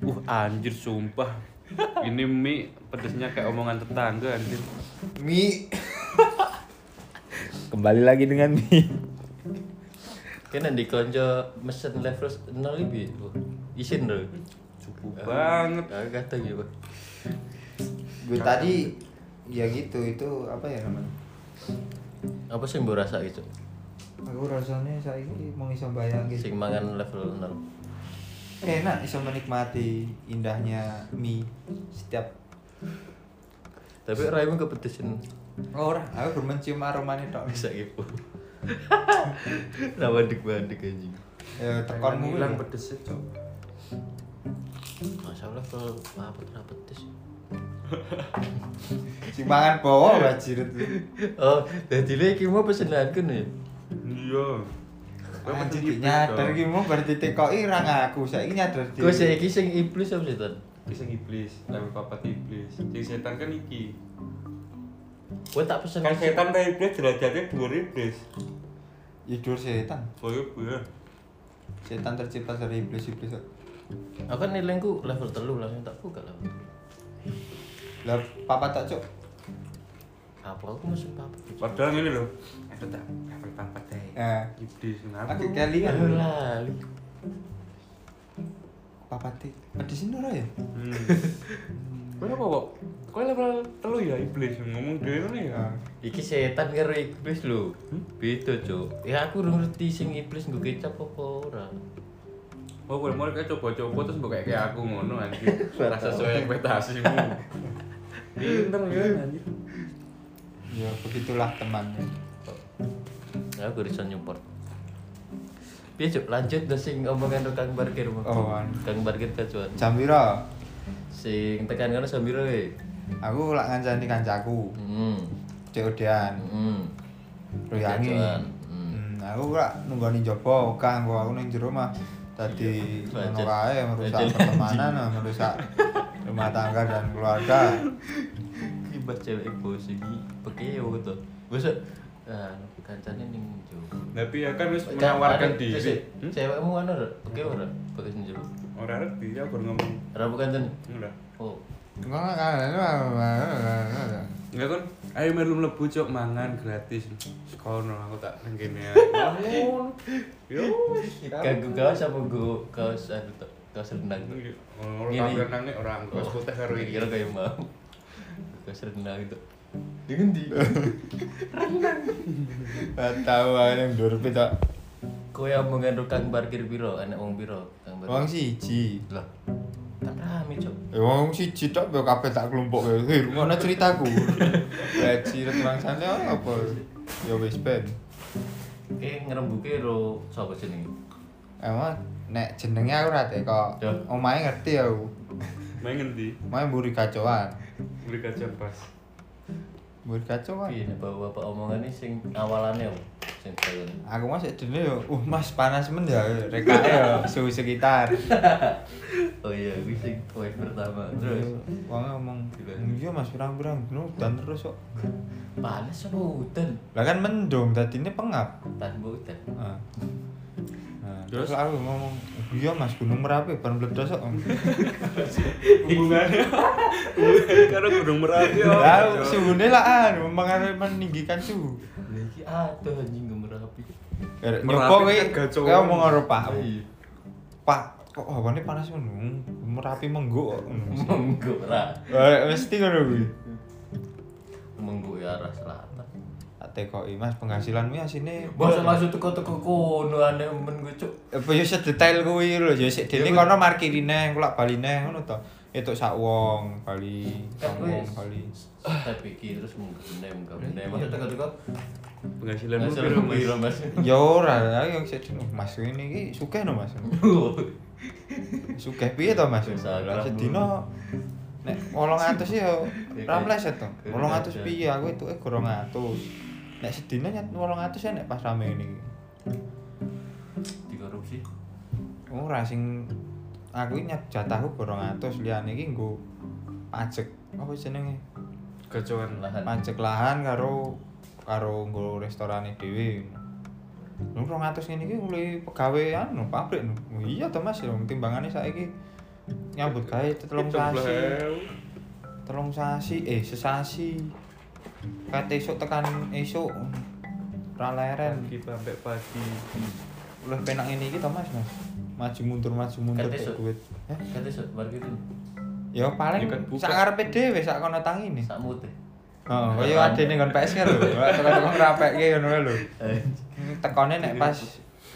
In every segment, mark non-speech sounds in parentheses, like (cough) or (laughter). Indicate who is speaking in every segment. Speaker 1: Uh anjir sumpah. Ini mie pedesnya kayak omongan tetangga anjir.
Speaker 2: Mi.
Speaker 3: Kembali lagi dengan mie.
Speaker 4: Kena di konco mesen level nol lebih lu. Isin lu.
Speaker 1: Cukup
Speaker 4: Eh.
Speaker 1: banget.
Speaker 4: Agak kata gitu.
Speaker 2: Gue tadi ya gitu itu apa ya namanya?
Speaker 4: Apa sih mbok rasa gitu?
Speaker 2: Aku rasanya saya ini mau iso bayangin.
Speaker 4: Sing mangan level nol.
Speaker 2: Eh, Enak iso menikmati indahnya mie setiap
Speaker 4: Tapi raimu kepedesan
Speaker 2: orang. Aku bermencium aromanya tok.
Speaker 4: bisa gitu. Rawa dik-badik anjing.
Speaker 2: Ya tekonmu
Speaker 1: hilang
Speaker 2: e,
Speaker 1: pedesnya, Cok.
Speaker 4: Masa level apa pernah pedes?
Speaker 2: Sing mangan bawa ora jirit.
Speaker 4: Oh, jadi lagi mau kan, pesenanku nih.
Speaker 1: Iya. Gue pesen
Speaker 2: Anjir
Speaker 1: iblis,
Speaker 2: nyadar
Speaker 1: Cok.
Speaker 2: gitu. ki mau berarti tekoki ra ngaku. Saiki nyadar dhewe.
Speaker 4: Gue saya sing iblis apa sih Tan?
Speaker 1: Bisa iblis, level papat iblis. Jadi setan kan iki.
Speaker 4: Gue tak pesen.
Speaker 1: Kan setan kayak iblis derajatnya dua iblis. Oh, iya,
Speaker 2: Ya dur setan.
Speaker 1: Boyo gue.
Speaker 2: Setan tercipta dari iblis-iblis.
Speaker 4: Aku kan nilaiku level telu langsung tak buka level. telu.
Speaker 2: Lah papa tak cuk.
Speaker 4: Apa aku masuk apa?
Speaker 1: Padahal ini loh. Aduh tak level papat deh.
Speaker 2: Eh,
Speaker 1: Iblis kenapa?
Speaker 2: aku kan- kelingan.
Speaker 4: Aduh lali.
Speaker 2: papati pedes ini ora ya
Speaker 1: Hmm. Kau apa kok? Kau level telu ya iblis ngomong dia kan ya.
Speaker 4: Iki setan karo iblis lho. Beda, Cuk. Ya aku urung ngerti sing iblis nggo kecap apa ora.
Speaker 1: Oh, gue mau kayak coba-coba terus buka kayak aku ngono (laughs) anjir. Rasa sesuai ekspektasimu. Pinter ya anjir.
Speaker 2: ya begitulah temannya
Speaker 4: Ya aku bisa nyupport. Piye, Cuk? Lanjut dah sing omongan tukang parkir mau.
Speaker 2: Oh, an.
Speaker 4: Tukang parkir kacuan.
Speaker 2: jam piro
Speaker 4: Sing tekan kono sambiro we.
Speaker 2: aku lak ngancani kancaku
Speaker 4: Hmm.
Speaker 2: COD-an
Speaker 4: Hmm.
Speaker 2: royangi
Speaker 4: Kacuan. Hmm.
Speaker 2: hmm, aku lak nunggoni jopo kang kok aku ning jero mah tadi
Speaker 4: Bacot.
Speaker 2: ngono kae merusak
Speaker 4: Bacot
Speaker 2: pertemanan merusak rumah tangga dan keluarga
Speaker 4: Kibas cewek bos iki pekeo to. Besok eh kancane ning Jawa.
Speaker 1: Tapi ya kan harus menawarkan diri. Hmm?
Speaker 4: Cewekmu anu ora? Pekeo ora? Bagus ning Jawa.
Speaker 1: Orang ngerti ya baru ngomong.
Speaker 4: Ora bukan ten.
Speaker 1: Enggak.
Speaker 4: Oh.
Speaker 2: enggak enggak, enggak, enggak, enggak, enggak.
Speaker 1: Enggak kan? Ayo melu mlebu cok mangan gratis. Sekono aku tak nengkene. Yo.
Speaker 4: Kagak kaos apa go kaos anu to? Kaos renang. to?
Speaker 1: Orang
Speaker 4: Ngini.
Speaker 1: renang nih orang
Speaker 4: Oh,
Speaker 1: kos putih karo iki.
Speaker 4: Kira kaya mau. Kaos renang itu. Dengan di
Speaker 2: Gak tahu aku yang durpi tak
Speaker 4: kowe omongan tukang parkir piro? Anak wong piro? Tukang
Speaker 2: wong
Speaker 4: parkir.
Speaker 2: siji
Speaker 4: Lah. Kan rame, Cok.
Speaker 2: Eh, wong siji tok yo kabeh tak kelompok yo. Hei, ngono ceritaku. Gaji retulangsane oh, apa? Ya wis ben.
Speaker 4: Eh ngerembuke ro sapa jenenge?
Speaker 2: Emang Eh, nek jenenge aku ora teko.
Speaker 4: Yo.
Speaker 2: Omahe ngerti aku.
Speaker 1: Main ngendi?
Speaker 2: Omahe mburi kacauan.
Speaker 1: Beli kaca (laughs) pas.
Speaker 2: Mburi kacauan.
Speaker 4: Piye nek bapak-bapak omongane sing awalane yo. Sing dalane.
Speaker 2: Aku mas dene yo, uh mas panas men ya rekake yo suhu sekitar.
Speaker 4: Oh iya, gue sing poin pertama. Terus
Speaker 2: Wong ngomong, "Iya Mas, pirang-pirang no dan terus kok."
Speaker 4: panas apa hutan?
Speaker 2: Lah kan mendung dadine pengap.
Speaker 4: Tanpa hutan.
Speaker 2: Nah. Nah, terus aku ngomong, "Iya Mas, Gunung Merapi ban meledos kok."
Speaker 1: hubungannya hubungannya karo gunung merapi oh.
Speaker 2: Lah suhune lah anu mengare meninggikan suhu.
Speaker 4: Lagi aduh anjing gemerapi.
Speaker 2: Eh,
Speaker 1: Merapi
Speaker 2: Nyopo kowe
Speaker 1: kan gak cowok.
Speaker 2: kowe ngomong karo Pak.
Speaker 4: Iya.
Speaker 2: Pak, kok hawane panas ngono? Merapi menggo kok ngono.
Speaker 4: Menggo ra.
Speaker 2: Eh, mesti ngono kuwi.
Speaker 4: Menggo ya arah selatan.
Speaker 2: Tak tekoki Mas penghasilanmu asine.
Speaker 4: Masa langsung teko-teko kono aneh men gue cuk.
Speaker 2: Apa yo sedetail kuwi lho, yo sik dene kono markirine, kula baline ngono to. Itu sak wong Bali,
Speaker 4: Kan
Speaker 2: sak
Speaker 4: kowe
Speaker 2: wong Bali.
Speaker 4: tapi iki Ah, terus menggo benem, menggo benem. Masa teko-teko
Speaker 1: penghasilanmu
Speaker 4: langsung
Speaker 1: piro mas
Speaker 4: piro (laughs) Mas.
Speaker 2: Ya ora, yo sik dene Mas ini iki sugih no Mas. Sugih piye to Mas?
Speaker 4: Biasa,
Speaker 2: Lah
Speaker 4: kerap
Speaker 2: sedina nek 800 ya
Speaker 4: Ya,
Speaker 2: ora mleset to.
Speaker 4: kerap
Speaker 2: 800
Speaker 4: aja.
Speaker 2: piye aku itu 200. Nek sedina nyet 800 ya nek pas rame ini.
Speaker 4: Dikorupsi.
Speaker 2: Ora sing aku nyet jatahku 200 liyane iki nggo pajak apa jenenge?
Speaker 1: kacauan lah
Speaker 4: Lahan.
Speaker 2: Pajak lahan karo karo nggo restorane dhewe. Lu 200 ngene iki mulai pegawe anu pabrik no. Oh, Iya to Mas, ya timbangane saiki nyambut gawe telung sasi. Telung sasi, eh sesasi. Kate esuk tekan esuk. Ra leren.
Speaker 1: Pagi sampai pagi.
Speaker 2: Ulah penak ngene iki to Mas, Mas. Maju mundur maju mundur
Speaker 4: Kate esuk?
Speaker 2: tek duit. Eh?
Speaker 4: Kata gitu. sok marketing
Speaker 2: Ya paling
Speaker 1: Ya kan buka.
Speaker 2: sak karepe dhewe sak kono tangine.
Speaker 4: sak mute.
Speaker 2: Heeh, kaya oh, adene nggon PS
Speaker 1: (laughs)
Speaker 2: lho. Tekan-tekan rapekke ngono wae lho. Tekone nek pas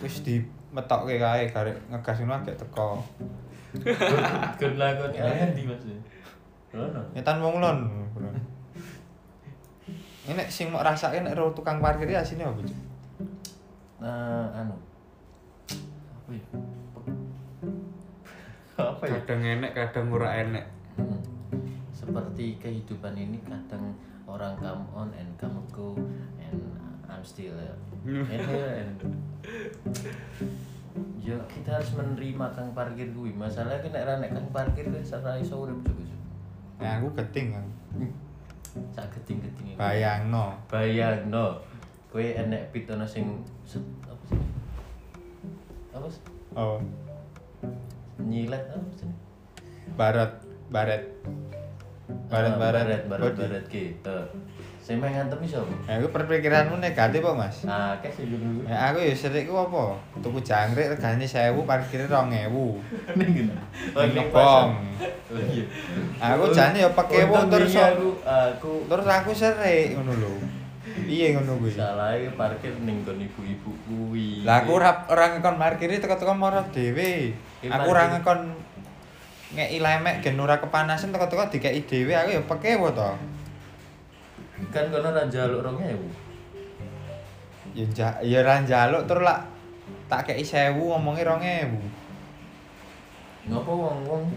Speaker 2: wis dimetokke kae garek ngegas ngono agek teko.
Speaker 4: Kon lakon ngendi Mas. Ono.
Speaker 2: Nyetan wong lon. Ini nek sing mau rasake nek ro tukang parkir ya asine apa, Cuk?
Speaker 4: Nah, anu. Apa ya? Apa ya?
Speaker 1: Kadang enek, kadang ora enek.
Speaker 4: Hmm. Seperti kehidupan ini kadang orang come on and come go and I'm still here. and here and Ya kita harus menerima kang parkir gue. Masalahnya kan nek ra nek kang parkir kan serai iso urip juga.
Speaker 2: Nah, aku geting aku.
Speaker 4: Sak geding-gedinge.
Speaker 2: Bayangno.
Speaker 4: Bayangno. Kowe enek pit ono sing set- apa sih? Apa sih?
Speaker 2: Oh,
Speaker 4: Nyilet apa sih?
Speaker 2: barat baret. Baret
Speaker 4: Ah,
Speaker 2: baret.
Speaker 4: baret baret
Speaker 2: Bodi.
Speaker 4: baret gitu. Sing main ngantem iso.
Speaker 2: Nah, aku perpikiranmu negatif apa, Mas?
Speaker 4: Nah, kayak sih
Speaker 2: (laughs)
Speaker 4: dulu.
Speaker 2: Ya, aku ya serik ku apa? Tuku jangkrik regane 1000, parkire 2000.
Speaker 4: Ning ngene.
Speaker 2: Ning Ngebong.
Speaker 4: Oh iya.
Speaker 2: Aku jane ya pake
Speaker 4: Untung
Speaker 2: motor
Speaker 4: wingi
Speaker 2: so.
Speaker 4: aku aku
Speaker 2: Terus aku serik ngono lho. Piye ngono kuwi?
Speaker 4: salah parkir ning nggon ibu-ibu kuwi.
Speaker 2: Lah aku ora ora ngekon parkire teko-teko moro dhewe.
Speaker 4: Ini
Speaker 2: Aku ora
Speaker 4: parkir.
Speaker 2: ngekon ngeki lemek gen ora kepanasan teko-teko dikeki dhewe aku ya pekewo to.
Speaker 4: kan kono ra njaluk 2000.
Speaker 2: Ya ja- ya ora njaluk terus lak tak keki 1000 ngomongi 2000.
Speaker 4: Ngopo wong-wong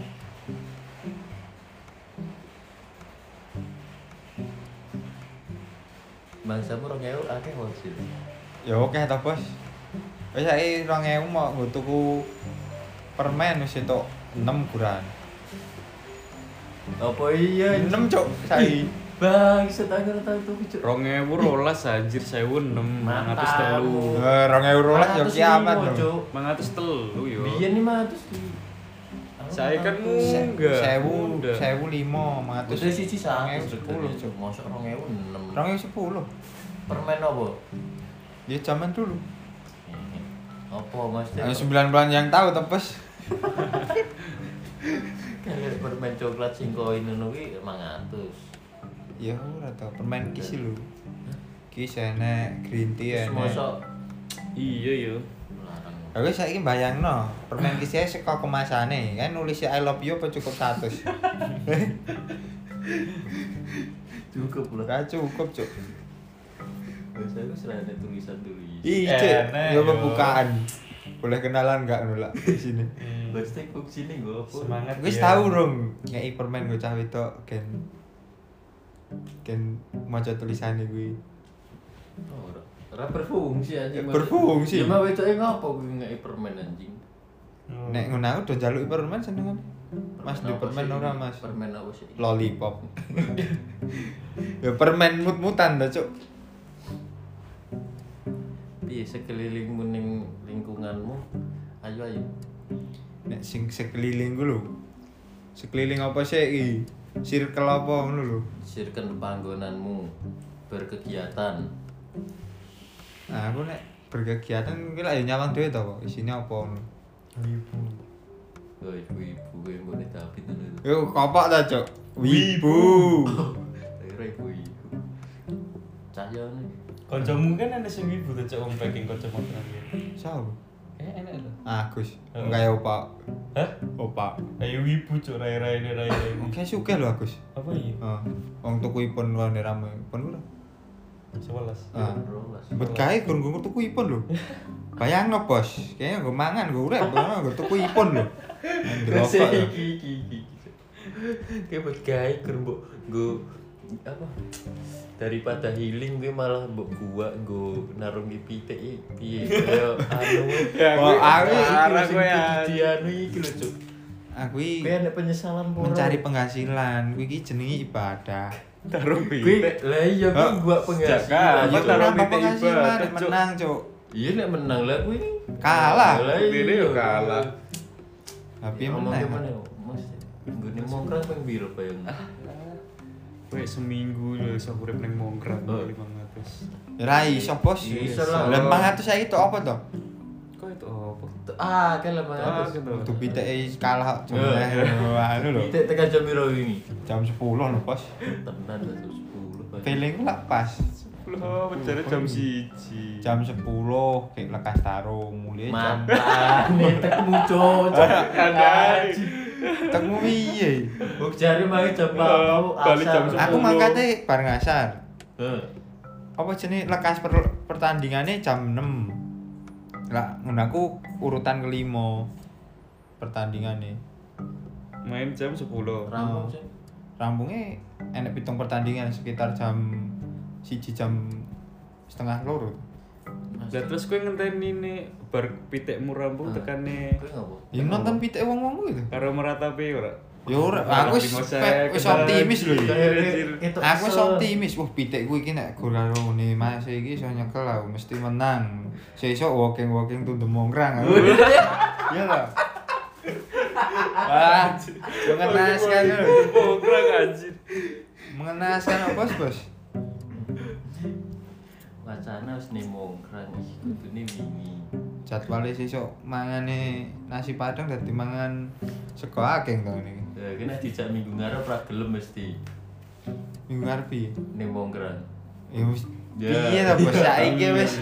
Speaker 4: Bangsa murah ngeu akeh wong sih.
Speaker 2: Ya oke to, Bos. Wis saiki 2000 mau nggo tuku permen wis entuk 6 kuran.
Speaker 4: Apa iya?
Speaker 2: 6 cuk saiki.
Speaker 4: Bangsa tak kira tau tuh cuk.
Speaker 1: Rong ewu rolas anjir sewu enem, mangatus
Speaker 4: Matamu.
Speaker 1: telu.
Speaker 2: Eh, 2000 rolas ya
Speaker 4: 405,
Speaker 2: kiamat lho.
Speaker 4: Cuk.
Speaker 1: Mangatus telu
Speaker 2: Iya.
Speaker 1: yo.
Speaker 4: Biyen nih mah terus di.
Speaker 1: Saya kan mu-
Speaker 2: Se-
Speaker 1: Enggak,
Speaker 2: Sewu,
Speaker 1: enggak.
Speaker 2: sewu lima,
Speaker 4: Terus
Speaker 2: mangatus.
Speaker 4: sih sih sangat
Speaker 2: 2010,
Speaker 4: sepuluh cuk.
Speaker 2: Cuk.
Speaker 4: Masa orang ewu enam.
Speaker 2: Rong ewu sepuluh.
Speaker 4: Permen apa?
Speaker 2: Ya zaman dulu.
Speaker 4: Ini. Apa mas?
Speaker 2: Yang sembilan bulan yang tahu tepes.
Speaker 4: Kalau Kan permen coklat sing koin ngono kuwi 500.
Speaker 2: Ya ora tau, permen kisi lho. Kis enek, green tea
Speaker 4: Terus
Speaker 2: enek.
Speaker 4: masa
Speaker 1: Iya yo.
Speaker 4: larang.
Speaker 2: Aku saiki bayangno, permen kisi ae saka kemasane, kan nulis I love you apa cukup 100.
Speaker 4: Cukup lah.
Speaker 2: Ora Nah, cukup, Cuk.
Speaker 4: Biasa aku selain tulisan tulisan.
Speaker 2: Ih,
Speaker 1: Enek,
Speaker 2: Cuk. Ya
Speaker 4: nah,
Speaker 1: yo.
Speaker 2: pembukaan. Boleh kenalan enggak nolak di sini?
Speaker 3: Hmm.
Speaker 4: Baca fungsi nih gue apa?
Speaker 1: Semangat.
Speaker 2: Wis
Speaker 1: ya.
Speaker 2: tahu dong, ngeki permen gue cah wedok gen gen maca tulisane kuwi.
Speaker 4: Oh, Ora. Ora berfungsi anjing.
Speaker 2: Ya, berfungsi.
Speaker 4: Ya mah wedoke ngopo kuwi ngeki permen anjing?
Speaker 2: Nek ngono aku do njaluk permen senengane. Mas di
Speaker 4: Oh. apa
Speaker 2: permen
Speaker 4: sih?
Speaker 2: ora Mas?
Speaker 4: Permen apa sih?
Speaker 2: Lollipop. (laughs) ya permen mut-mutan dah, Cuk.
Speaker 4: Piye sekelilingmu ning lingkunganmu? Ayo ayo.
Speaker 2: Nek sing sekeliling ku lho. Sekeliling apa sih iki? Circle apa ngono lho.
Speaker 4: Sirken panggonanmu berkegiatan.
Speaker 2: Nah, aku nek berkegiatan kuwi lak ya nyawang dhewe to kok. Isine apa ngono. Wibu.
Speaker 4: Wah, Ya, ibu-ibu yang boleh tapi itu.
Speaker 2: Yo kopak ta, Cuk. Wibu. (laughs)
Speaker 4: Akhirnya ibu-ibu. Cahyo nih.
Speaker 3: Kancamu kan ada sing ibu tuh cok wong packing kanca makan gitu.
Speaker 2: Sapa?
Speaker 3: Eh enak lho.
Speaker 2: Agus.
Speaker 3: Oh.
Speaker 2: Kayak opak.
Speaker 3: Hah?
Speaker 2: Opak.
Speaker 3: Ayo ibu cok rai-rai ini, rai-rai. ini.
Speaker 2: Oke, sugih lho Agus.
Speaker 3: Apa iki?
Speaker 2: Heeh. Wong tuku ipun wae rame. Ipun ora?
Speaker 3: 11.
Speaker 2: Ah.
Speaker 4: Rolas.
Speaker 2: Mbet kae gur nggo tuku ipon (laughs) lho. Bayangno, Bos. Kayaknya nggo mangan, nggo urip, bayangno nggo tuku ipon lho. (laughs)
Speaker 4: Kese
Speaker 2: Ndelok
Speaker 4: iki iki iki. Kayak buat gawe kerbo go apa? Daripada healing gue malah mbok gua go narung ipite i- piye Kayak anu.
Speaker 2: Oh, aku
Speaker 4: arah
Speaker 1: arah
Speaker 4: gue
Speaker 1: gue
Speaker 4: ya.
Speaker 1: ya.
Speaker 4: Dianu iki lho, Cuk.
Speaker 2: aku
Speaker 4: Gue
Speaker 2: iki
Speaker 4: ada penyesalan pura.
Speaker 2: mencari penghasilan, kuwi iki jenenge ibadah.
Speaker 1: Taruh
Speaker 4: Gue
Speaker 1: pitik.
Speaker 4: lah iya gue
Speaker 2: Hah?
Speaker 4: gua
Speaker 1: Sejak
Speaker 4: penghasilan.
Speaker 1: kapan?
Speaker 2: Iya,
Speaker 1: taruh
Speaker 2: kenapa
Speaker 1: titik
Speaker 2: penghasilan
Speaker 1: ibadah, Cuk.
Speaker 2: menang, Cuk.
Speaker 4: Iya nek menang lah gue.
Speaker 2: Kalah.
Speaker 4: Lah iya. Ya,
Speaker 1: Dene yo kalah.
Speaker 2: Tapi
Speaker 4: Ngomong
Speaker 2: menang. Ah.
Speaker 4: gimana? ya? maksudnya nggone mongkrang ping piro bayang
Speaker 3: Wek seminggu lho iso urip ning Mongkrang
Speaker 4: Oh.
Speaker 3: 500.
Speaker 2: Ora iso bos.
Speaker 4: Iso
Speaker 2: Lah
Speaker 4: lah.
Speaker 2: 400 saiki tok apa to?
Speaker 3: Kok itu apa?
Speaker 4: ah kan lemah
Speaker 3: Ah,
Speaker 4: atus.
Speaker 3: gitu.
Speaker 2: Kudu pitike E kalah jam
Speaker 4: Iya,
Speaker 2: anu lho.
Speaker 4: Pitik tekan jam piro wingi
Speaker 2: Jam 10 lho bos.
Speaker 4: tenan lah, jam 10 bayang.
Speaker 2: Feeling lah pas.
Speaker 3: Lho, pencari jam 1.
Speaker 2: Jam 10 kayak lekas taro mulai jam.
Speaker 4: mantan tekmu
Speaker 3: Ah,
Speaker 4: cocok
Speaker 3: Kandai.
Speaker 2: Tengmu piye?
Speaker 4: Buk jari mari jam
Speaker 3: Oh, balik jam Sepuluh.
Speaker 2: Aku mangkate bareng asar.
Speaker 4: Heeh.
Speaker 2: apa jenis lekas per- pertandingannya jam 6 lah ngono aku urutan kelima pertandingannya
Speaker 3: Main jam 10.
Speaker 2: Oh.
Speaker 4: Rampung sih.
Speaker 2: rampungnya enak pitung pertandingan sekitar jam siji jam setengah loro
Speaker 4: Mas,
Speaker 3: Lah terus kowe ngenteni ne bar pitikmu
Speaker 4: Ah.
Speaker 3: rampung tekane
Speaker 4: kowe ngopo?
Speaker 2: ya nonton pitik wong wong gitu
Speaker 3: karo meratapi ora?
Speaker 2: ya ora aku wis
Speaker 3: Ngosek,
Speaker 2: pe- wis
Speaker 3: kenal.
Speaker 2: optimis lho iki.
Speaker 3: Iya,
Speaker 4: Ketok
Speaker 2: aku wis
Speaker 4: iso.
Speaker 2: optimis wah pitik ku iki nek gol karo ngene mas iki iso nyekel aku mesti menang sesuk walking walking tuh demongkrang aku iya lah wah jangan naskan lho
Speaker 3: Mongkrang anjir.
Speaker 2: mengenaskan apa bos bos
Speaker 4: Wacana wis nemongkrang iki kudune wingi.
Speaker 2: jadwalnya sesuk mangane nasi padang dadi mangan sego ageng to ini
Speaker 4: Lah Ya, kena dijak minggu ngarep ra gelem mesti
Speaker 2: minggu ngarep piye?
Speaker 4: nemongkrang.
Speaker 2: ya wis
Speaker 4: Ya.
Speaker 2: piye to bos saiki wis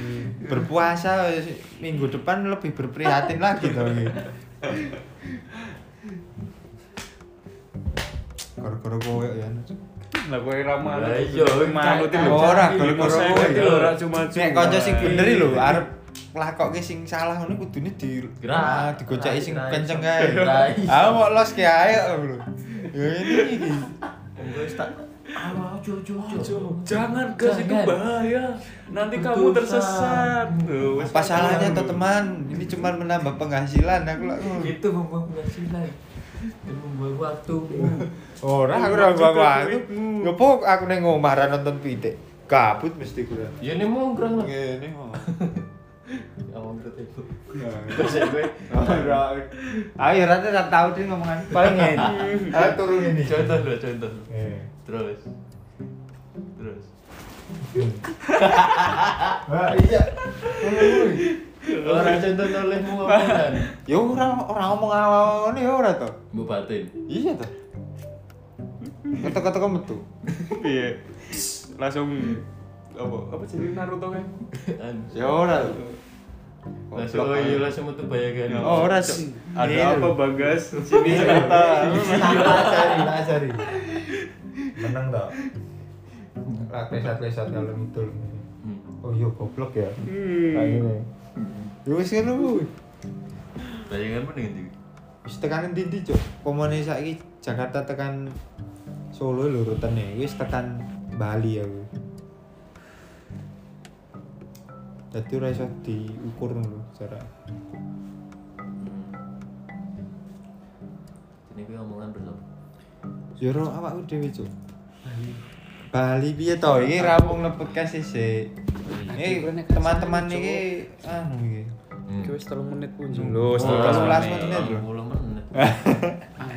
Speaker 2: berpuasa wis minggu depan lebih berprihatin lagi to iki gara-gara koyo ya
Speaker 3: Lah kowe ra manut.
Speaker 4: Lah iya,
Speaker 3: Kowe manut lho.
Speaker 2: Ora,
Speaker 3: Cak.
Speaker 2: kalau
Speaker 3: Lima
Speaker 2: corona
Speaker 3: second
Speaker 4: ya.
Speaker 3: lho, ora cuma
Speaker 2: nek kanca sing bener lho arep lakoke sing salah ngono kudune di
Speaker 4: Gerak.
Speaker 2: ah, digoceki sing
Speaker 4: Gerak,
Speaker 2: kenceng
Speaker 4: gerak,
Speaker 2: kae.
Speaker 4: gerak.
Speaker 2: (laughs) Ah mau los ki ae kok, lho. Ya ini iki.
Speaker 4: Engko wis tak Ayo, ojo ojo ojo.
Speaker 3: Jangan gas itu
Speaker 4: Jangan.
Speaker 3: bahaya. Nanti kamu
Speaker 4: Dosa.
Speaker 3: tersesat. Loh, wes
Speaker 2: Apa salahnya
Speaker 3: kamu
Speaker 2: toh teman? Ini cuma menambah penghasilan aku lho.
Speaker 4: Itu membuang penghasilan. Itu membuang waktumu.
Speaker 2: Ora aku ora mbang aku. Ngopo aku ning omah ra nonton pitik. Kabut mesti kula.
Speaker 4: Ya nemongkrang lah.
Speaker 2: Ngene kok.
Speaker 4: Ya mongkrang itu.
Speaker 2: Ora. Ayo ra ra tau dhewe ngomongan. Paling ngene. Ayo turu ngene.
Speaker 4: Contoh lho, contoh.
Speaker 2: Eh.
Speaker 4: Terus. Terus.
Speaker 2: Wah, iya.
Speaker 4: Orang contoh olehmu apa?
Speaker 2: Ya ora ora ngomong awal ngene ya ora toh.
Speaker 4: Mbok batin.
Speaker 2: Iya toh. Kata-kata kamu tuh.
Speaker 3: Piye? Langsung apa? Apa jadi Naruto kan?
Speaker 4: Anu.
Speaker 2: Ya ora.
Speaker 4: Langsung oh iya langsung metu bayangan.
Speaker 2: Oh ora cok.
Speaker 3: Ada apa Bagas?
Speaker 2: Ini
Speaker 3: Sini
Speaker 2: cerita.
Speaker 3: cerita.
Speaker 2: Cari, cari. Menang tak? Lakesat-kesat kalau ngidul.
Speaker 4: Hmm.
Speaker 2: Oh iya goblok ya.
Speaker 3: Hmm.
Speaker 2: Kayak gini. Ya wis ngono kuwi.
Speaker 4: Bayangan mana ganti?
Speaker 2: Wis tekan endi ndi cok? Pomone saiki Jakarta tekan Solo lho rutene. Wis tekan Bali aku. Dadi ora iso diukur lho jarak.
Speaker 4: Ini gue ngomongan bersama.
Speaker 2: Jero awakku dhewe, Cuk. Bali piye to? Iki rampung podcast sih. Ini teman-teman iki anu iki.
Speaker 4: Hmm.
Speaker 3: Wes 3 menit pun. Lho,
Speaker 2: Oh, setelah
Speaker 4: Setelah
Speaker 2: sebelas menit Eh. lho.
Speaker 4: Puluh menit.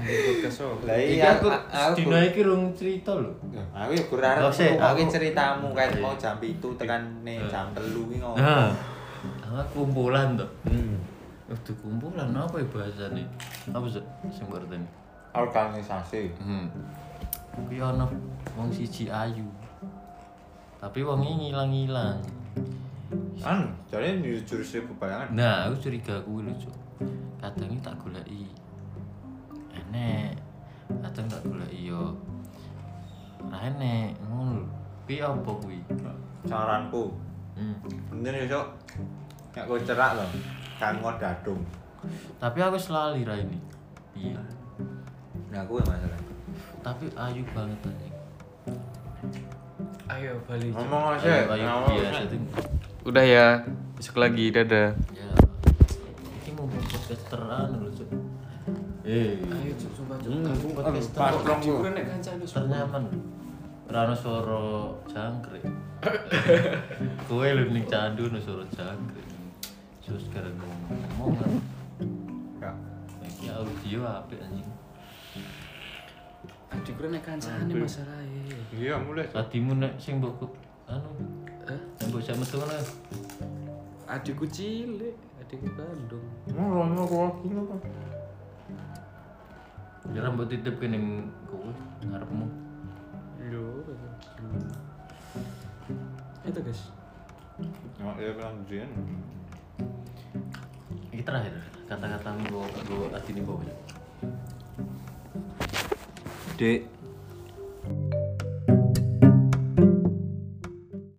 Speaker 3: podcast
Speaker 2: Lah
Speaker 4: Iki
Speaker 2: iya
Speaker 4: aku
Speaker 2: aku aku
Speaker 4: dino iki rung cerita lho.
Speaker 2: aku ya kurang
Speaker 4: Oh, sik,
Speaker 2: aku
Speaker 4: aku-
Speaker 2: ceritamu kayak
Speaker 4: Iya.
Speaker 2: mau jam 7 tekan nih jam 3 ki ngono.
Speaker 4: Nah, aku Ah, kumpulan tuh.
Speaker 2: Ah. Hmm.
Speaker 4: Waktu kumpulan apa ya bahasane? Apa sih sing ngerti?
Speaker 2: Organisasi.
Speaker 4: Hmm. Kuwi ana wong siji ayu. Tapi wong ini ngilang-ngilang.
Speaker 2: Anu, jane jujur sih kebayangan.
Speaker 4: Nah, aku curiga aku lho, Cuk. Kadang iki tak goleki enek. Kadang tak goleki yo ora enek, ngono lho. Kuwi apa kuwi?
Speaker 2: Saranku,
Speaker 4: Hmm.
Speaker 2: bener ya, Cuk. Nek kowe cerak lho, kan ngodadung.
Speaker 4: Tapi aku selalu ra ini. Iya.
Speaker 2: Nah, aku yang masalah.
Speaker 4: Tapi ayu banget anjing.
Speaker 3: Ayo balik.
Speaker 2: Ngomong aja.
Speaker 4: Ayu, ayu
Speaker 2: ngomong
Speaker 4: biasa
Speaker 2: aja.
Speaker 4: tuh.
Speaker 1: Udah ya, besok lagi, dadah.
Speaker 4: Ya. Iki mau buat podcasteran lho, Cuk. Hmm, Eh,
Speaker 3: Ayo cuk sumpah cuk.
Speaker 4: aku
Speaker 2: Pas
Speaker 4: podcaster
Speaker 2: rong
Speaker 3: Juga nek kancane
Speaker 4: ternyaman. Rano suara jangkrik. Kowe lho ning candu no suara jangkrik. Sus kareng ngomong.
Speaker 2: Ya.
Speaker 4: Iki audio apik anjing.
Speaker 1: syukur nek kancane eh. masalahe.
Speaker 3: Iya, mulai.
Speaker 4: Adimu nek sing mbok ku- anu
Speaker 1: Hah?
Speaker 4: nek mbok sak metu ngono.
Speaker 1: Adikku cilik, adikku kandung.
Speaker 2: Ngono kok iki ngono.
Speaker 4: Ya ora mbok titipke ning kowe ngarepmu.
Speaker 1: Lho. eh. Itu guys.
Speaker 3: Ya, ya bilang Jian.
Speaker 4: Iki terakhir kata-kata nggo nggo adine kowe.
Speaker 5: Dek,